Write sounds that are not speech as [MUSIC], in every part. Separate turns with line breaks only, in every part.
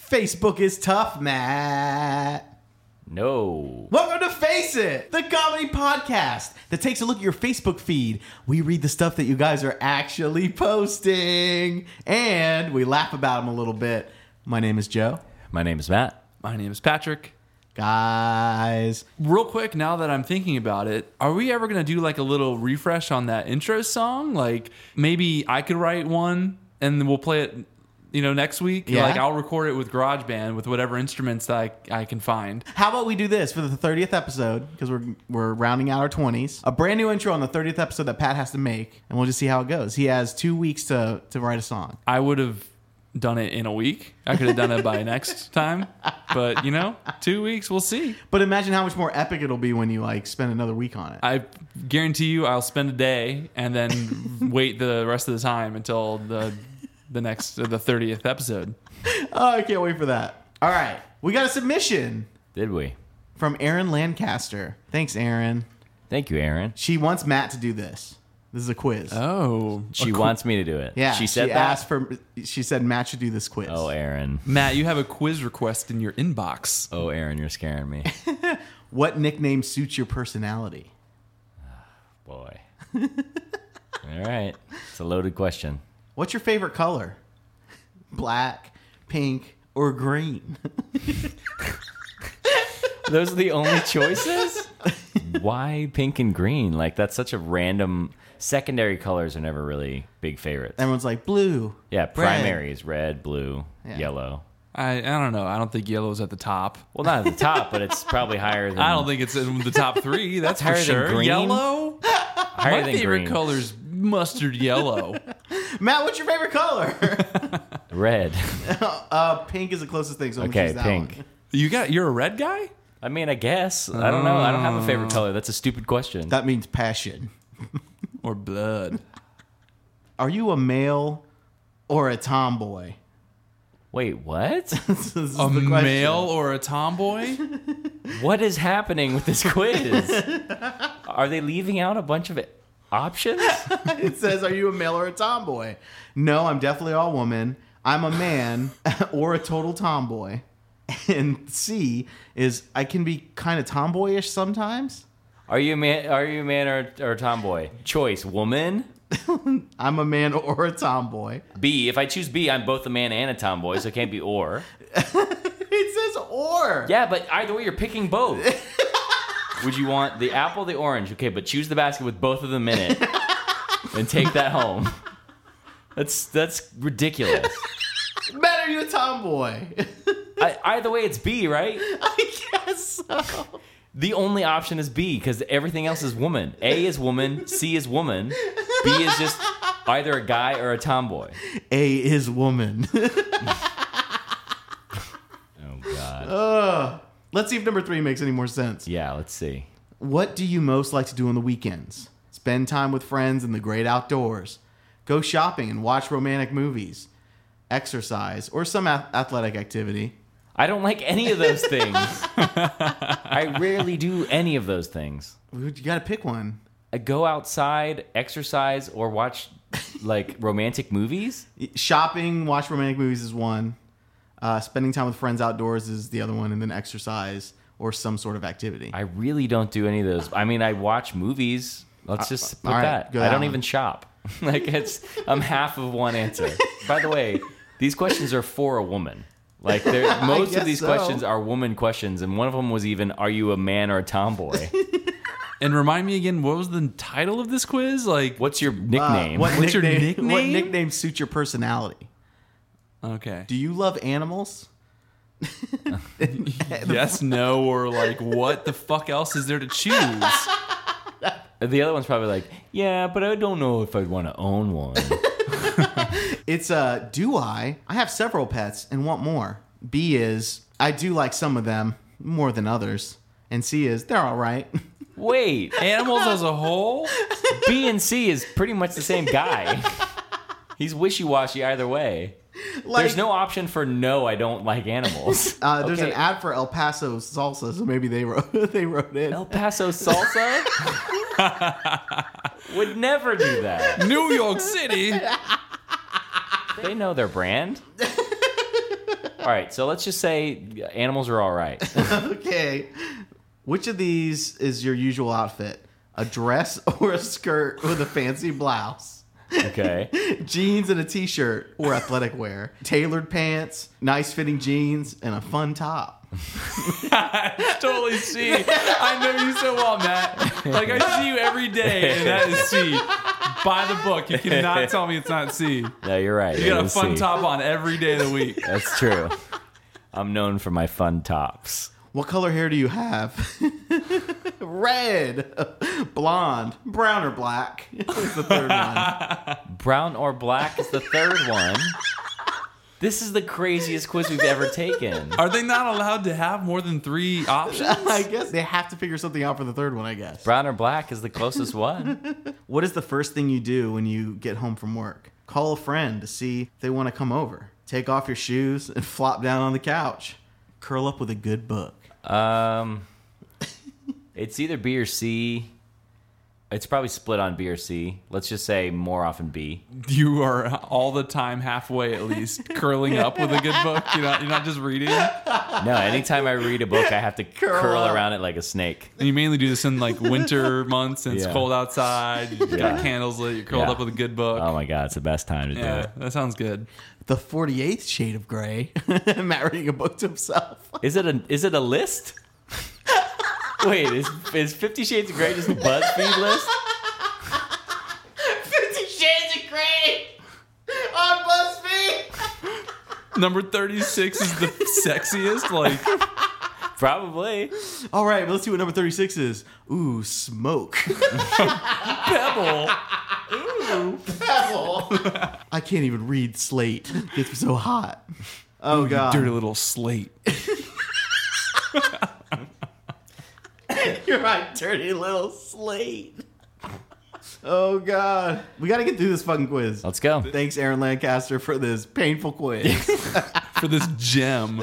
Facebook is tough, Matt.
No.
Welcome to Face It, the comedy podcast that takes a look at your Facebook feed. We read the stuff that you guys are actually posting and we laugh about them a little bit. My name is Joe.
My name is Matt.
My name is Patrick.
Guys,
Real quick, now that I'm thinking about it, are we ever going to do like a little refresh on that intro song? Like maybe I could write one and then we'll play it, you know, next week.
Yeah.
Like I'll record it with GarageBand with whatever instruments that I, I can find.
how about we do this for the 30th episode because we're we're rounding out our 20s. A brand new intro on the 30th episode that Pat has to make and we'll just see how it goes. He has 2 weeks to to write a song.
I would have done it in a week. I could have done it by next time, but you know, two weeks, we'll see.
But imagine how much more epic it'll be when you like spend another week on it.
I guarantee you, I'll spend a day and then wait the rest of the time until the the next the thirtieth episode.
Oh, I can't wait for that. All right. We got a submission
Did we?
from Erin Lancaster. Thanks, Erin.
Thank you, Aaron.
She wants Matt to do this. This is a quiz.
Oh,
She wants me to do it.
yeah.
She said that.
asked for she said Matt should do this quiz.
oh, Aaron.
Matt, you have a quiz request in your inbox.
Oh, Aaron, you're
[LAUGHS]
scaring me.
What nickname suits your personality?
Boy. All right. It's a loaded question.
What's your favorite color? Black, pink, or green? [LAUGHS]
Those are the only choices? Why pink and green? Like, that's such a random. Secondary colors are never really big favorites.
Everyone's like blue.
Yeah,
red.
primary is red, blue,
Yeah.
yellow.
I, I don't know. I don't think yellow's at the top.
Well, not at the top, but it's probably higher than.
I don't think it's in the top [LAUGHS] three. That's for
Higher than
sure.
green?
Yellow.
higher
My
than
favorite
green.
color's mustard [LAUGHS] yellow.
Matt, what's your favorite color? [LAUGHS]
Red.
uh, pink is the closest thing. So I'm gonna
Okay,
choose that
pink.
One.
you got you're a red guy?
I mean, I guess. I don't know. I don't have a favorite color. That's a stupid question.
That means passion.
Or blood.
Are you a male or a tomboy? [LAUGHS]
Wait, what?
This is
A
the question.
male or a tomboy?
what is happening with this quiz? Are they leaving out a bunch of options?
it says, "Are you a male or a tomboy?" No, I'm definitely all woman. I'm a man [LAUGHS] or a total tomboy. And C is I can be kind of tomboyish sometimes.
Are you a man? Are you a man or, or a tomboy? Choice: woman.
I'm a man [LAUGHS] or a tomboy.
B. If I choose B, I'm both a man and a tomboy, so it can't be or.
It says or.
Yeah, but either way, you're picking both. Would you want the apple, the orange? Okay, but choose the basket with both of them in it, and take that home. That's that's ridiculous.
Matt, are you a tomboy? [LAUGHS]
I, either way, it's B, right?
I guess so.
The only option is B because everything else is woman. A is woman, C is woman, B is just either a guy or a tomboy.
A is woman. [LAUGHS]
Oh God.
Ugh. Let's see if number three makes any more sense.
Yeah, let's see.
What do you most like to do on the weekends? Spend time with friends in the great outdoors, go shopping and watch romantic movies, exercise, or some ath- athletic activity.
I don't like any of those things. [LAUGHS] I rarely do any of those things.
You got to pick one.
I go outside, exercise, or watch like romantic movies.
Shopping, watch romantic movies is one. Uh, spending time with friends outdoors is the other one, and then exercise or some sort of activity.
I really don't do any of those. I mean, I watch movies. Let's just put
Uh, all right,
that.
go
I
that
don't
one.
even shop. [LAUGHS] like it's I'm half of one answer. By the way, these questions are for a woman.
[LAUGHS]
Like they're, most
guess
of these
so.
questions are woman questions, and one of them was even, "Are you a man or
[LAUGHS]
a tomboy?
And remind me again, what was the title of this quiz? Like
What's your
Uh,
nickname?"
what
What's your
nickname? What
nickname?
nickname suits your personality?
Okay.
Do you love
[LAUGHS]
animals? [LAUGHS]
yes, no, or like what the fuck else is there to choose?
the other one's probably like, "Yeah, but I don't know if I'd want to
[LAUGHS]
own one."
It's uh, do I? I have several pets and want more. B is I do like some of them more than others. And C is they're all right. [LAUGHS]
Wait,
Animals as a whole?
B and C is pretty much the same guy. [LAUGHS] He's wishy-washy either way.
like,
There's no option for no. I don't like animals. [LAUGHS]
Uh, there's an
Okay.
ad for El Paso salsa, so [LAUGHS] maybe they wrote they wrote it.
El Paso salsa would never do that.
New York City.
They know their brand. All right, so let's just say animals are all right. [LAUGHS]
okay. Which of these is your usual outfit? A dress [LAUGHS] or a skirt with a fancy blouse?
Okay.
Jeans and a t shirt or athletic wear? Tailored pants, nice fitting jeans, and a fun top.
I totally see. I know you so well, Matt. Like I see you every day, and that is C. By the book,
[LAUGHS]
you cannot tell me it's not C. You
No, you're right. You
got a fun top on every day of the week.
That's true. I'm known for my fun tops.
What color hair do you have? [LAUGHS] Red, blonde, brown, or black [LAUGHS] is the third one. [LAUGHS]
Brown or black is the third one. This is the craziest quiz we've ever taken.
Are they not allowed to have more than three options?
I guess they have to figure something out for the third one, I guess.
Brown or black is the closest one.
What is the first thing you do when you get home from work? Call a friend to see if they want to come over. Take off your shoes and [LAUGHS] flop down on the couch. Curl up with a good book.
Um, it's either B or C. It's probably split on B or C. Let's just say more often B.
You are all the time halfway, at least, curling up with a good book. You're not, you're not just reading.
[LAUGHS]
And
No, anytime I read a book, I have to curl,
Curl up.
around it like a snake.
you mainly do this in like winter months, and it's
Yeah.
cold outside. You
Yeah.
got candles lit. You're curled
Yeah.
up with a good book.
Oh my god, it's the best time to do
yeah,
it.
that sounds good.
The 48th Shade of Grey. [LAUGHS] Matt reading a book to himself. [LAUGHS]
Is it a is it a list? Wait, is is Fifty Shades of Grey just a BuzzFeed list?
50 Shades of Grey on BuzzFeed.
Number 36 is the sexiest. Like,
Probably.
All right, let's see what number 36 is. Ooh, [LAUGHS] smoke.
pebble.
Pebble. I can't even read slate. gets me so hot. Oh, God.
Dirty little slate.
[LAUGHS] You're my dirty little slate. Oh God, we got to get through this fucking quiz.
Let's go.
Thanks, Aaron Lancaster, for this painful quiz.
For this gem.
[LAUGHS]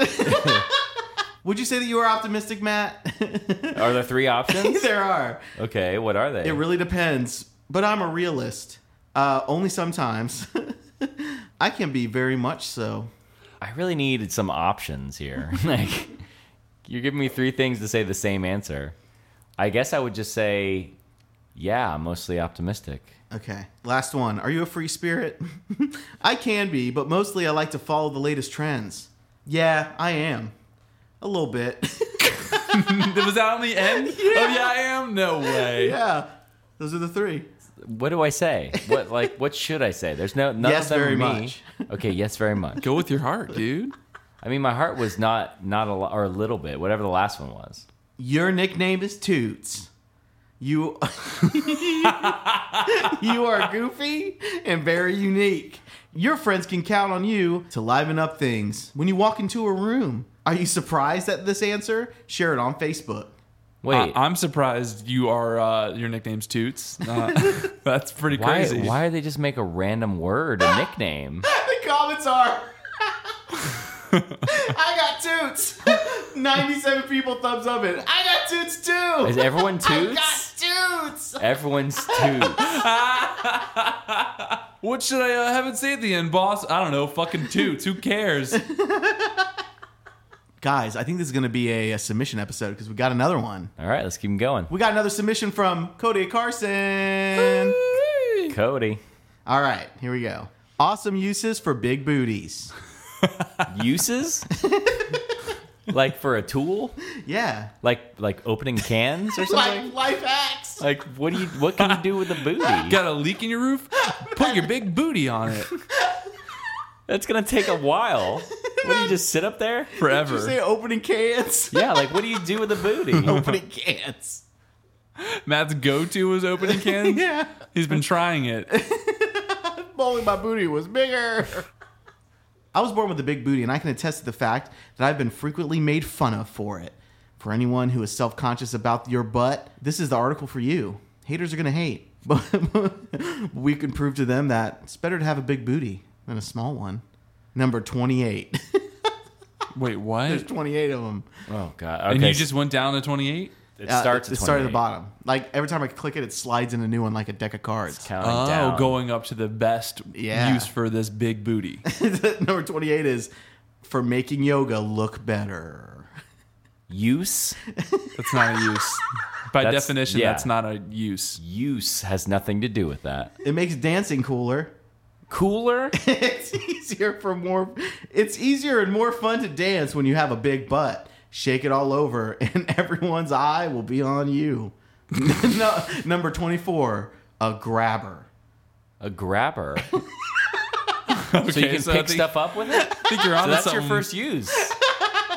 Would you say that you are optimistic, Matt? [LAUGHS]
Are there three options?
there are.
Okay, what are they?
It really depends, but I'm a realist. Uh, only sometimes. [LAUGHS] I can be very much so.
I really needed some options here. [LAUGHS] like, you're giving me three things to say the same answer. I guess I would just say, yeah, I'm mostly optimistic.
Okay, last one. Are you a free spirit? [LAUGHS] I can be, but mostly I like to follow the latest trends. Yeah, I am. A little bit. [LAUGHS]
Was that on the end? Oh, yeah, I am? No way.
yeah, those are the three.
What do I say? What like what should I say? There's no none
Yes,
of them are
very
me.
much.
[LAUGHS] Okay, yes, very much.
Go with your heart, dude.
I mean, my heart was not not a lo- or a little bit, whatever the last one was.
Your nickname is Toots. You [LAUGHS] You are goofy and very unique. Your friends can count on you to liven up things when you walk into a room. Are you surprised at this answer? Share it on Facebook.
Wait,
I, am surprised you are, uh, your nickname's Toots. Uh,
[LAUGHS]
that's pretty
why
crazy.
why do they just make a random word a nickname?
The comments
[LAUGHS]
are I got Toots. [LAUGHS] 97 people thumbs up it. I got Toots too.
Is everyone
[LAUGHS] I
toots?
got Toots. [LAUGHS]
Everyone's toots.
What should I uh, have it say at the end, boss? I don't know. Fucking Toots.
[LAUGHS]
Who cares?
Guys, I think this is going to be a, a submission episode because we got another one.
All right, let's keep 'em going.
We got another submission from Cody Carson.
Cody,
All right, here we go. Awesome uses for big
[LAUGHS]
booties.
[LAUGHS]
uses like for a tool,
Yeah.
like like opening cans or
[LAUGHS]
something.
life hacks.
Like what do you what can you do with a booty?
Got a leak in your roof? Put your big booty on it
That's gonna take a while. What do you just sit up there?
Did you
forever.
say opening cans?
Yeah, like what do you do with a
[LAUGHS]
booty?
[LAUGHS] opening
[LAUGHS]
cans.
Matt's go-to was opening cans.
[LAUGHS] Yeah.
He's been trying it.
If Only my booty was bigger. [LAUGHS] I was born with a big booty, and I can attest to the fact that I've been frequently made fun of for it. For anyone who is self conscious about your butt, this is the article for you. Haters are going to hate, [LAUGHS] but we can prove to them that it's better to have a big booty than a small one. Number 28.
Wait,
[LAUGHS]
what?
There's 28 of them.
Oh god. Okay.
And you just went down to 28?
it starts
it
at
started at the
28.
bottom. Like every time I click it, it slides in a new one like a deck of cards.
Counting
Oh,
down.
going up to the best
Yeah. [LAUGHS]
use for this big booty.
Number 28 is for making yoga look better.
Use
That's not a use. By
That's-
definition,
yeah.
that's not a use.
use has nothing to do with that.
It makes dancing cooler. [LAUGHS]
Cooler?
it's easier for more it's easier and more fun to dance when you have a big butt shake it all over [LAUGHS] and everyone's eye will be on you [LAUGHS] no, number 24 a grabber [LAUGHS]
A grabber. so you
Okay,
can
so I
pick
think-
stuff up with it?
I think you're on
So that's your first use.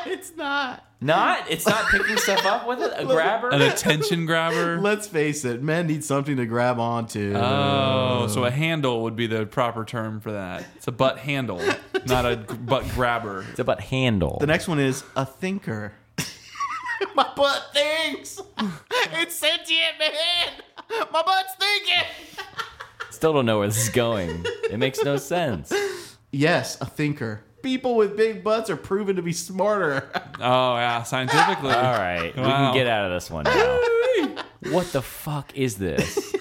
it's not
Not? It's not picking stuff up with it? A grabber?
an
[LAUGHS]
attention grabber.
let's face it men need something to grab onto
Oh,
Uh.
so a handle would be the proper term for that. It's a butt handle, not a g- butt grabber.
It's about handle.
the next one is a thinker [LAUGHS] my butt thinks [LAUGHS] it's sentient man my butt's thinking
Still don't know where this is going. It makes no sense.
yes a thinker people with big butts are proven to be smarter [LAUGHS]
Oh yeah, scientifically.
All right, we
Wow.
can get out of this one now. What the fuck is this?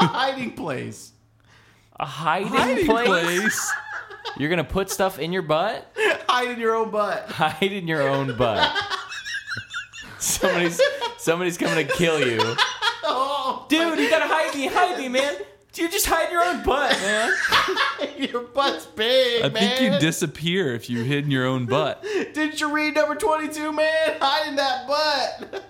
a hiding place
A hiding,
Hiding
place?
place.
You're gonna put stuff in your butt?
hide in your own butt. [LAUGHS]
Hide in your own butt. Somebody's somebody's coming to kill you,
Oh,
dude. You gotta hide me, hide me, man. You just hide your own butt, man.
your butt's big,
I
man.
think you disappear if you hid in your own butt.
Didn't you read number 22, man? Hide in that butt.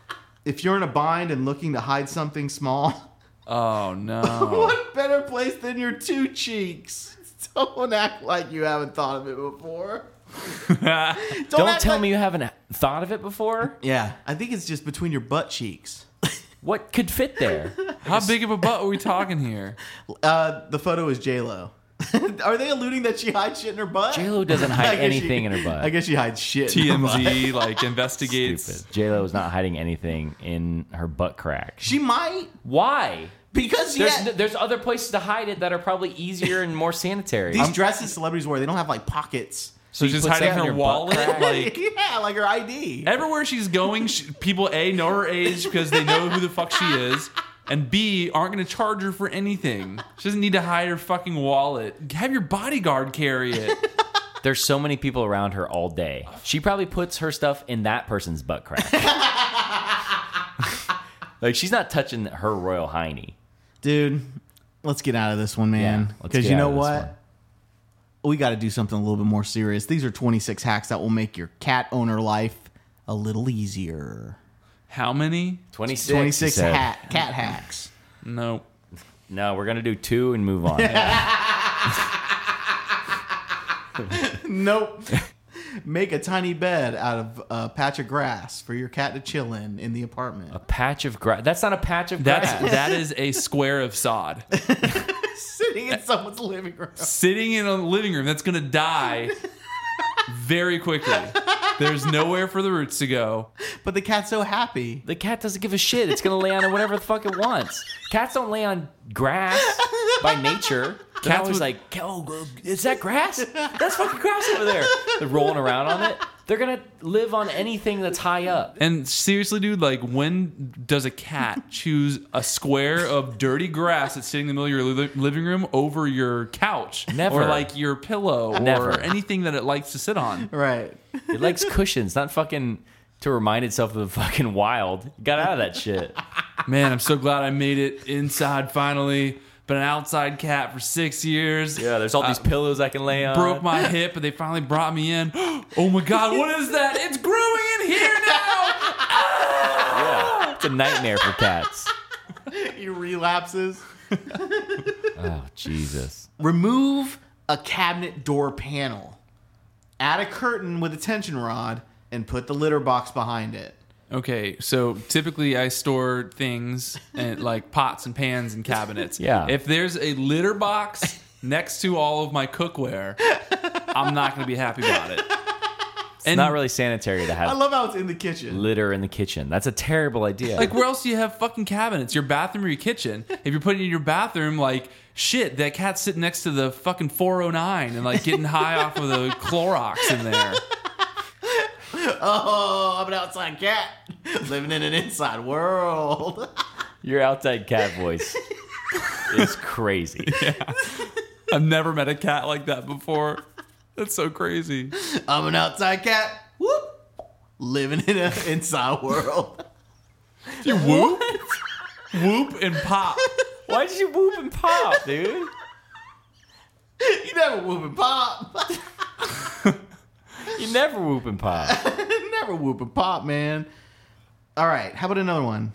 [LAUGHS] if you're in a bind and looking to hide something small, [LAUGHS]
Oh no.
[LAUGHS]
what better place than your two cheeks? [LAUGHS] Don't act like you haven't thought of it before.
[LAUGHS] That's
Don't,
Don't
act
tell
like-
me you haven't thought of it before.
Yeah, I think it's just between your butt cheeks.
[LAUGHS]
What could fit there?
How big of a butt are we
[LAUGHS]
talking here?
Uh, the photo is J Lo. [LAUGHS] Are they alluding that she hides shit in her butt?
J Lo
[LAUGHS]
doesn't
I
hide
guess she-
anything in her butt.
I guess she hides shit. in her butt.
TMZ like investigates.
Stupid. J Lo is not hiding anything in her butt crack.
She might
Why?
because
There's
yeah,
there's other places to hide it that are probably easier and more sanitary. Um,
These dresses celebrities wear, they don't have like
[LAUGHS]
pockets.
So
you
she's
put
hiding
stuff in
her
your butt
wallet.
crack?
[LAUGHS]
Like
yeah, like her ID.
everywhere she's going, she, people a know her age because they know who the fuck she is, and b aren't going to charge her for anything. She doesn't need to hide her fucking wallet. Have your bodyguard carry it.
There's so many people around her all day. She probably puts her stuff in that person's butt crack. like she's not touching her royal hiney.
Dude, let's get out of this one,
Yeah,
man.
let's
Because
get
you
out
know
of this
what?
one.
We got to do something a little bit more serious. These are 26 hacks that will make your cat owner life a little easier.
How many?
26.
26
he said.
hat, cat hacks.
No.
No, we're gonna do two and
[LAUGHS]
move on.
Nope. [LAUGHS] Make a tiny bed out of a patch of grass for your cat to chill in in the apartment.
Patch of grass. That's not a patch of
That's
grass.
that is a square of sod
[LAUGHS] Sitting in someone's living room.
sitting in a living room that's going to die very quickly. There's nowhere for the roots to go.
But the cat's so happy.
the cat doesn't give a shit. It's gonna lay on whatever the fuck it wants. Cats don't lay on grass by [LAUGHS] nature. Cats
Cats
always
would-
like, oh, is that grass? That's fucking grass over there. They're rolling around on it. They're gonna live on anything that's high up.
And seriously, dude, like when does a cat
[LAUGHS]
choose a square of dirty grass that's sitting in the middle of your li- living room over your couch?
Never.
Or like your pillow
Never.
or anything that it likes to sit on.
Right.
It likes cushions, not fucking to remind itself of the fucking wild. Got out of that shit.
Man, I'm so glad I made it inside finally. Been an outside cat for six years.
Yeah, there's all these pillows I can lay on.
broke
[LAUGHS]
my hip, but they finally brought me in. [GASPS] Oh my god, what is that? It's growing in here
Yeah,
now.
it's a nightmare for cats.
[LAUGHS] He relapses.
Oh Jesus.
remove a cabinet door panel, add a curtain with a tension rod, and put the litter box behind it.
Okay, so typically I store things and like pots and pans and cabinets.
[LAUGHS] Yeah.
If there's a litter box next to all of my cookware, I'm not gonna be happy about it.
It's not really sanitary to
I
have
love how it's in the kitchen.
litter in the kitchen. That's a terrible idea.
Like, where else do you have fucking cabinets? Your bathroom or your kitchen? If you're putting it in your bathroom, like, shit, that cat's sitting next to the fucking 409 and, like, getting high off of the Clorox in there.
Oh, I'm an outside cat [LAUGHS] living in an inside world. [LAUGHS]
Your outside cat voice is crazy.
I've never met a cat like that before. That's so crazy.
I'm an outside cat. Whoop. Living in an [LAUGHS] inside world.
You whoop, whoop, and pop.
Why did you whoop and pop, dude?
you never whoop and pop. [LAUGHS]
You never whoop and pop.
never whoop and pop, man. All right. How about another one?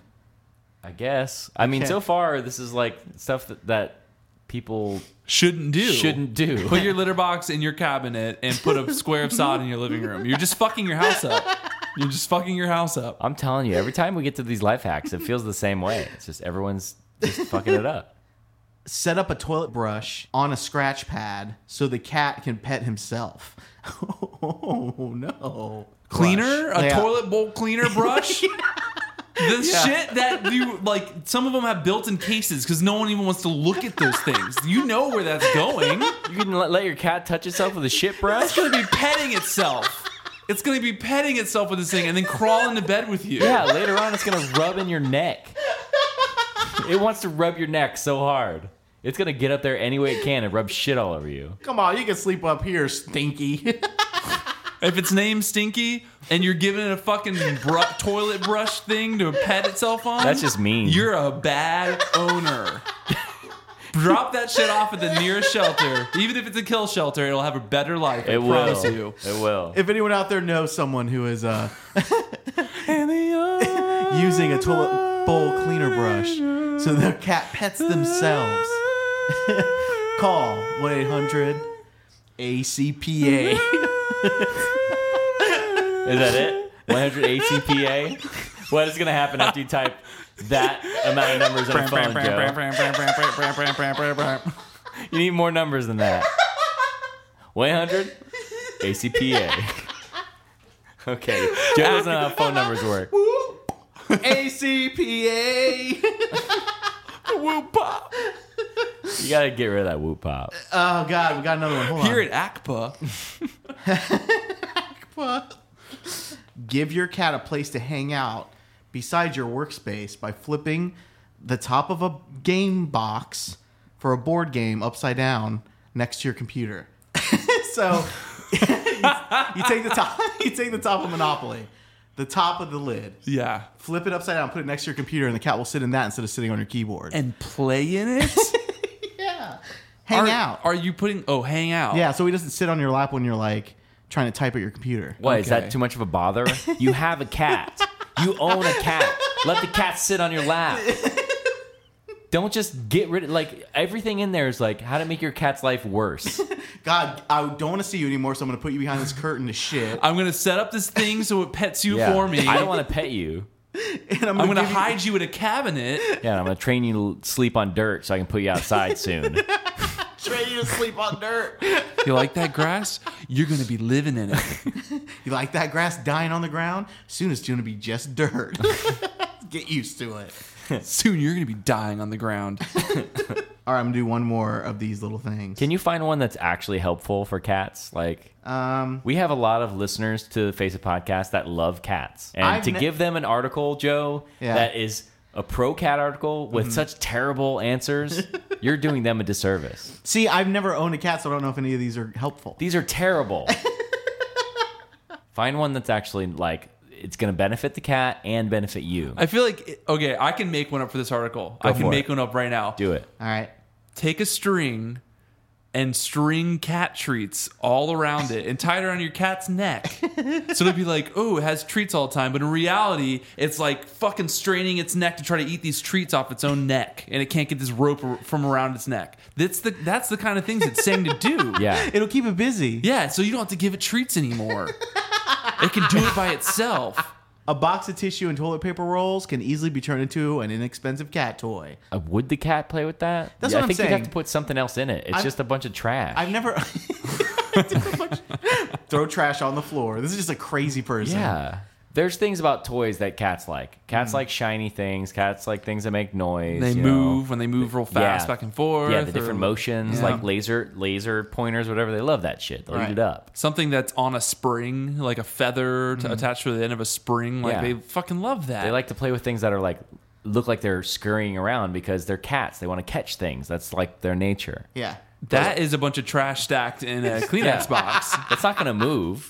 I guess. I mean,
Okay.
so far this is like stuff that, that people
Shouldn't do.
shouldn't do.
[LAUGHS] Put your litter box in your cabinet and put a square of sod in your living room. You're just fucking your house up. You're just fucking your house up.
I'm telling you, every time we get to these life hacks, it feels the same way. It's just everyone's just fucking it up.
Set up a toilet brush on a scratch pad so the cat can pet himself. [LAUGHS] Oh, no.
Cleaner?
Brush.
A
Yeah.
toilet bowl cleaner brush? The shit that you like, some of them have built in cases because no one even wants to look at those things. You know where that's going.
You can let, let your cat touch itself with a shit
It's
brush.
going to be petting itself. It's going to be petting itself with this thing and then crawl into bed with you.
Yeah, later on it's gonna rub in your neck. It wants to rub your neck so hard. It's gonna get up there any way it can and rub shit all over you.
Come on, you can sleep up here, stinky. [LAUGHS]
If its name's Stinky and you're giving it a fucking bru- toilet brush thing to pet itself on,
That's just mean.
You're a bad owner. Drop that shit off at the nearest shelter. Even if it's a kill shelter, it'll have a better life. I
it will.
promise you.
It will.
if anyone out there knows someone who is uh, [LAUGHS] using a toilet bowl cleaner brush so their cat pets [LAUGHS] themselves, call 1 800 ACPA.
Is that it? 100 ATPA. What is gonna happen after you type that amount of numbers on a phone, Joe? You need more numbers than that. 100 ACPA. Okay. Joe doesn't know how phone numbers work.
[LAUGHS] ACPA.
Whoop pop.
You gotta get rid of that whoop pop.
Oh God, we got another one. Hold
Here
[LAUGHS] on.
at ACPA,
Give your cat a place to hang out beside your workspace by flipping the top of a game box for a board game upside down next to your computer. [LAUGHS] so [LAUGHS] you, you take the top, [LAUGHS] you take the top of Monopoly, the top of the lid,
yeah,
flip it upside down, put it next to your computer, and the cat will sit in that instead of sitting on your keyboard.
and play in it.
yeah, [LAUGHS] hang
are,
out.
Are you putting? Oh, hang out.
yeah, so he doesn't sit on your lap when you're like trying to type at your computer.
Why is
Okay.
that too much of a bother? You have a cat. You own a cat. Let the cat sit on your lap. Don't just get rid of like everything in there is like how to make your cat's life worse.
[LAUGHS]
God, I don't want to see you anymore, so I'm going to put you behind this curtain to shit.
I'm gonna set up this thing so it pets you
Yeah.
for me.
I don't want to pet you.
And I'm
[LAUGHS] I'm
going
gonna
to hide.
hide you in a cabinet.
Yeah, and I'm gonna train you to sleep on dirt so I can put you outside soon.
Train you to sleep on dirt.
You like that grass? You're gonna be living in
[LAUGHS]
it.
You like that grass dying on the ground? Soon it's going to be just dirt. [LAUGHS] Get used to it.
Soon you're gonna be dying on the ground.
All right, I'm going to do one more of these little things.
Can you find one that's actually helpful for cats? Like
um,
we have a lot of listeners to the Face It podcast that love cats, and
I've
to
ne-
give them an article, Joe,
Yeah. Mm-hmm.
that is a pro cat article with such
[LAUGHS]
terrible answers, you're doing them a disservice.
see, I've never owned a cat, so I don't know if any of these are helpful.
These
[LAUGHS]
are terrible. Find one that's actually like it's going to benefit the cat and benefit you.
I feel like okay, I can make one up for this article. I
for
can make
it.
one up right now.
Do it.
All right.
Take a string and string cat treats all around it and tie it around your cat's neck.
[LAUGHS]
so it'll be like, oh, it has treats all the time, but in reality, it's like fucking straining its neck to try to eat these treats off its own neck, and it can't get this rope ar- from around its neck. That's the that's the kind of things it's saying to do.
[LAUGHS] Yeah.
It'll keep it busy.
Yeah, so you don't have to give it
[LAUGHS]
treats anymore. it can do it by itself.
A box of tissue and toilet paper rolls can easily be turned into an inexpensive cat toy.
Uh, would the cat play with that?
That's
Yeah,
what
I
I'm
think you'd
saying.
have to put something else in it. It's
I've-
just a bunch of trash.
I've never. [LAUGHS] Throw trash on the floor. This is just a crazy person.
yeah. There's things about toys that cats like.
Mm.
Cats like shiny things. Cats like things that make noise.
They
you Know?
move when they move real fast
Yeah.
back and forth.
Yeah, the
or-
different motions,
Yeah.
like laser laser pointers, whatever. They love that shit. They'll
Right.
eat it up. Mm-hmm.
Something that's on a spring, like a feather to attached to the end of a spring. Like
Yeah.
they fucking love that.
They like to play with things that are like look like they're scurrying around because they're cats. They want to catch things. That's like their nature.
Yeah.
That is a bunch of trash stacked in
[LAUGHS]
a Kleenex
Yeah.
box.
It's not going to move.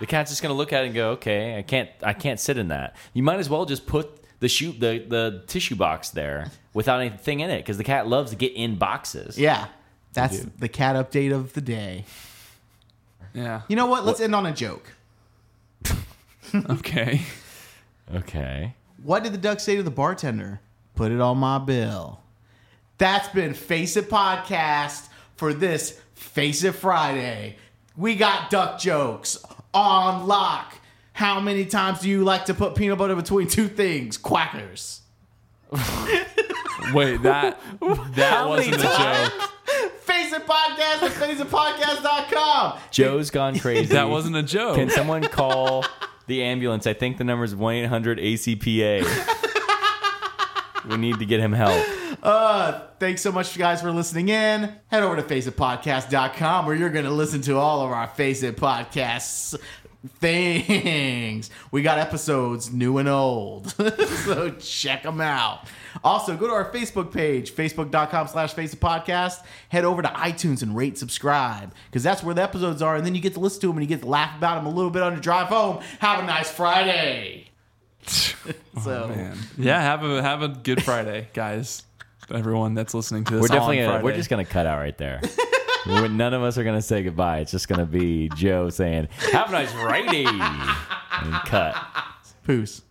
The cat's just going to look at it and go, "Okay, I can't, I can't sit in that." You might as well just put the shoe, the the tissue box there without anything in it, because the cat loves to get in boxes.
Yeah. That's the cat update of the day.
Yeah.
You know what? Let's end on a joke.
Okay.
Okay.
What did the duck say to the bartender? Put it on my bill. That's been Face It Podcast for this Face It Friday. We got duck jokes on lock. How many times do you like to put peanut butter between two things? Quackers.
Wait, that that
[LAUGHS] How many
wasn't a joke.
Face It Podcast at faceitpodcast.com.
Joe's [LAUGHS] gone crazy.
[LAUGHS] That wasn't a joke.
Can someone call the ambulance? I think the number is 1 800 ACPA. We need to get him help.
Thanks so much, guys, for listening in. Head over to faceitpodcast.com where you're going to listen to all of our Face It Podcasts things. We got episodes new and old, [LAUGHS] so check them out. Also, go to our Facebook page, facebook.com slash Face It Podcast. Head over to iTunes and rate, subscribe, because that's where the episodes are, and then you get to listen to them and you get to laugh about them a little bit on your drive home. Have a nice Friday. so,
Man. Yeah, have a have a good Friday, guys. Everyone that's listening to this,
We're definitely
on
gonna,
Friday.
we're just gonna cut out right there. We're- none of us are gonna say goodbye. It's just gonna be Joe saying, "Have a nice righty," and cut.
peace.